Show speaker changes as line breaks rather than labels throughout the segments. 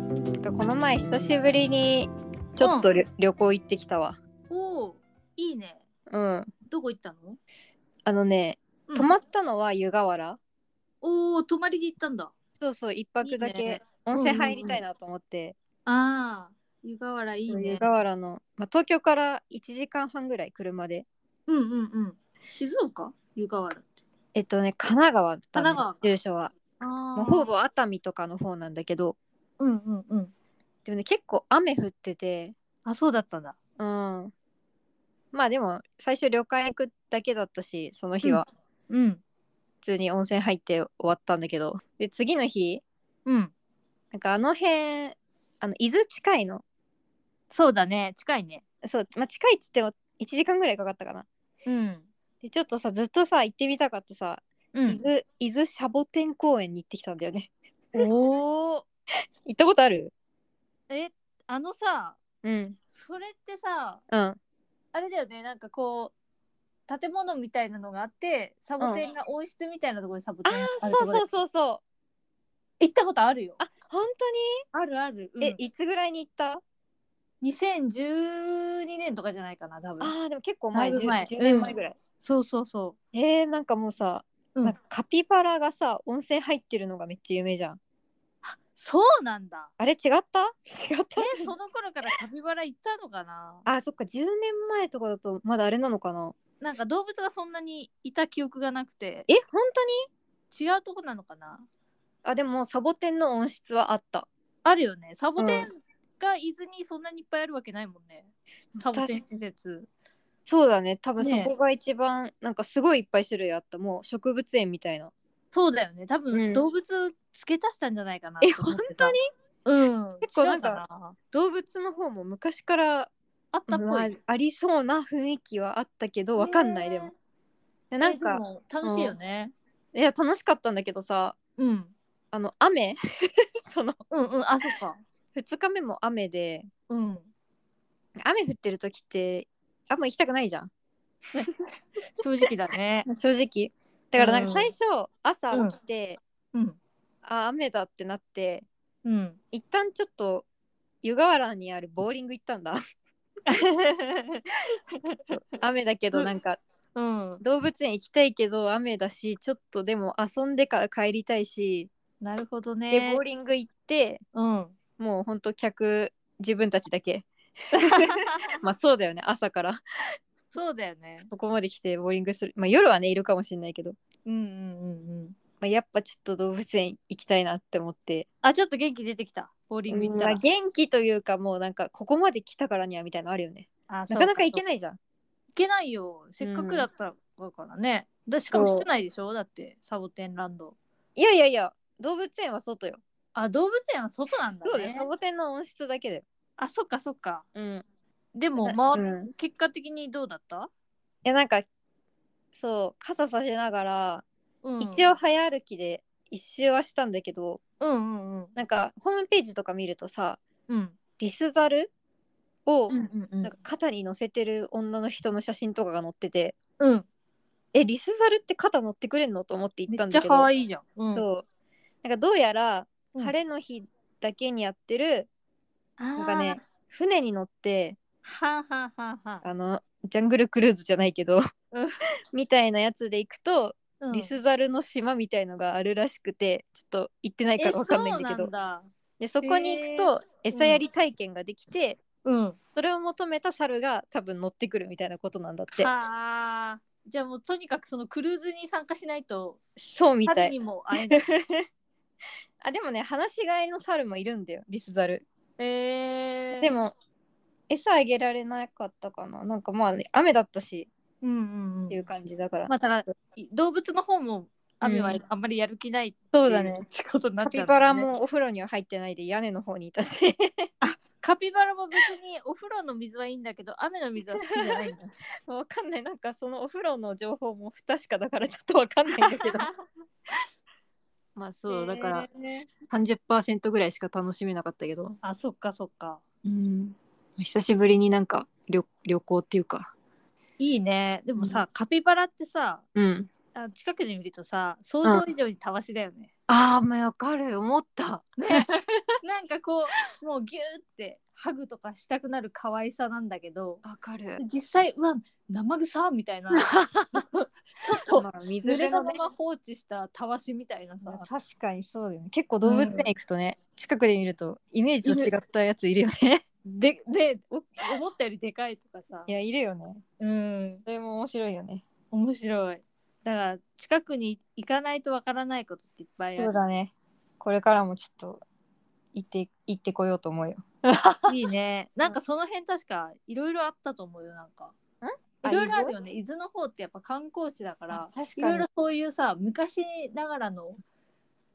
この前久しぶりにちょっとりょ、旅行行ってきたわ
おおいいね
うん
どこ行ったの、
あのね
うん
泊まったのは湯河原、
おお泊まりで行ったんだ
そうそう一
いい
泊だけ
ね
温泉入りたいなと思って、
ああ湯河原いい
湯
ね
河原の、まあ、東京から1時間半ぐらい車で
うんうんうん静岡湯河原って
えっとね神奈川だったの
神奈
住所は、
あ
まあ、ほぼ熱海とかの方なんだけど
うんうんうん
でもね結構雨降ってて
あそうだったんだ
うんまあでも最初旅館行くだけだったしその日は
うん
普通に温泉入って終わったんだけど、で次の日
うん
なんかあの辺あの伊豆近いの
そうだね近いね
そう、まあ、近いっつっても1時間ぐらいかかったかな
うん
でちょっとさずっとさ行ってみたかったさ、
う
伊豆伊豆シャボテン公園に行ってきたんだよね
おお
行ったことある
えあのさ
うん
それってさ
うん
あれだよねなんかこう建物みたいなのがあってサボテンが温室みたいなところでサボテンが
そ
あ
う
るとこ
そうそうそう
行ったことあるよ
あ本
あるある、
当
え
に、えいつぐらいに行った
2012年とかじゃないかな多分
あーでも結構前
だいぶ前
10, 10年前ぐらい、
そうそうそ
えー、なんかもうさ、
う、うん
なんかカピバラがさ温泉入ってるのがめっちゃ有名じゃん
そうなんだ
あれ違った違った
えその頃からカピバラ行ったのかな
あそっか10年前とかだとまだあれなのかな
なんか動物がそんなにいた記憶がなくて
え本当に
違うとこなのかな
あでもサボテンの温室はあった
あるよねサボテンが伊豆にそんなにいっぱいあるわけないもんね、サボテン施設
そうだね多分そ
ねえ
こが一番、なんかすごいいっぱい種類あったもう植物園みたいな
そうだよね多
うん
分動物付け足したんじゃないかな
え
と思ってさ、うん
結構なんか
違うな
動物の方も昔から、
あったっぽ
まあ
い、
ありそうな雰囲気はあったけどわかんない、でもでなん
えで
か
も楽しいよね、
いや楽しかったんだけどさ
うん、
あの雨その
うんうんあそっか
2日目も雨で
うん
雨降ってる時ってあんま行きたくないじゃん
正直だね
正直だからなんか
うん
最初、朝起きて、
うん
あ雨だってなって
うん
一旦ちょっと湯河原にあるボーリング行ったんだ雨だけどなんか
うん、
動物園行きたいけど雨だしちょっとでも遊んでから帰りたいし、
なるほど
で
ね
ボー。リング行って
うん。
もうほんと客自分たちだけまあそうだよね朝から
そうだよね。
ここまで来てボーリングするまあ夜はねいるかもしれないけど、
うんうんうんうん。
まあ、やっぱちょっと動物園行きたいなって思って、
あ、ちょっと元気出てきた。ボーリング行った
まあ
ら。
元気というかもうなんかここまで来たからにはみたいなのあるよね
あ
なかなか行け
ない。
ないじゃん
行けないよ。せっかくだったからね。だしかも室内でしょだって、サボテンランド。
いやいやいや動物園は外よ
あ、動物園は外なん
そ
だ
うだよ
ね
サ。ボテンの温室だけだよ
あ、そっかそっか。
うん
でも、まあ、
うん、い
結果的にどうだった
やなんかそう傘さしながら、
うん。
一応。早歩きで一周はしたんだけど
うんうんうん。
なんかホームページとか見るとさ
うん。
リスザルを
うんうんう
なん
ん
か。肩に乗せてる女の人の写真とかが載ってて、
うん。
えリスザルって肩乗ってくれんのと思って行っ
め
た
っ
ん
ちゃ
だけど
可愛いじゃん。うん。
そうなんかどうやら
うん
晴れの日だけにやってる、
な
なんかね。船に乗って
はんはんはんはん。
あのジャングルクルーズじゃないけど、
うん
みたいなやつで行くと
うん
リスザルの島みたいのがあるらしくてちょっと行ってないからわかんないんだけ
え
ど
そうなんだ
でそこに行くと餌やり体験ができて、
うん。
それを求めた猿が多分乗ってくるみたいなことなんだって
はあ。じゃあもうとにかくそのクルーズに参加しないと
そうみた
春
い
にもあ れだ
あでもね放し飼いの猿もいるんだよリスザル
えー、
でも餌あげられなかったかななんかまあ、ね、雨だったし
うんうん
っ
う
ていうん感じだから、
まあただい動物の方も雨は
うん
あんまりやる気ないって
そ
いう
だね
ってことになっ
カピ
ちゃうん
バ
だね
ラもお風呂には入ってないで屋根の方にいたし
カピバラも別にお風呂の水はいいんだけど雨の水は好きじゃないんだ
わかんないなんかそのお風呂の情報も不確かだからちょっとわかんないんだけどまあそうだから
えー
30%ぐらいしか楽しめなかったけど、
あそっかそっか
うん、久しぶりになんか旅旅行っていうか、
いいねでもさ、カピバラってさ
うん、
あの近くで見るとさ想像以上にたわしだよね、
ああもうわかる思った
ねなんかこうもうギューってハグとかしたくなる可愛さなんだけど
わかる
実際うわ生臭みたいなちょっと
まあ水
濡
辺
れ
の
た
ね
まま放置したたわしみたいなさ
確かにそうだよね結構動物園行くとね、近くで見るとイメージと違ったやついるよね
ででお思ったよりでかいとかさ
いやいるよね
うん
それも面白いよね
面白いだから近くに行かないとわからないことっていっぱいあ
そう
る
だねこれからもちょっと行って行ってこようと思うよ
いいねなんかその辺確かいろいろあったと思うよなんか
あ
いろいろあるよね伊豆の方ってやっぱ観光地だから
あ確か
いろい
に
ろそういうさ昔ながらの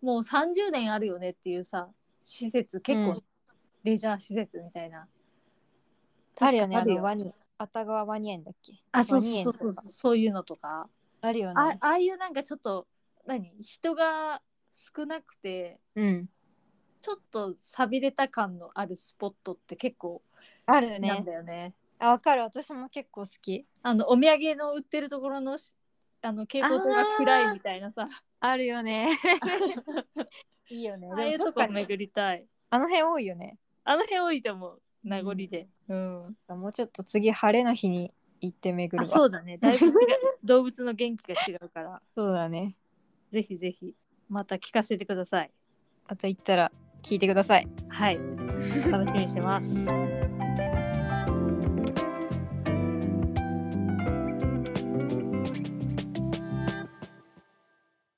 もう30年あるよねっていうさ施設結
う
構、
ん
レジャー施設みたいな
あるよねあ
確か
のワニあたがわワニ園だっけ
あそう
ワニ園
そう
とか
そうそうそういうのとか、
あるよ
ああ
ね
あいうなんかちょっと何人が少なくて
うん
ちょっと寂れた感のあるスポットって結構
あ
あ
るよ
な
ね
んだよね
あわかる私も結構好き
あのお土産の売ってるところのしあの蛍光灯が暗いみたいなさ
あるよね いいよね
ああい
で
う
も確
とこ
かに
巡りたい
あの辺多いよね
あの辺多いと思う名残で、うん
もうちょっと次晴れの日に行って巡る
あ
わ
そうだねだいぶ違う 動物の元気が違うから
そうだね
ぜひぜひまた聞かせてください
また行ったら聞いてください
はい楽しみにしてます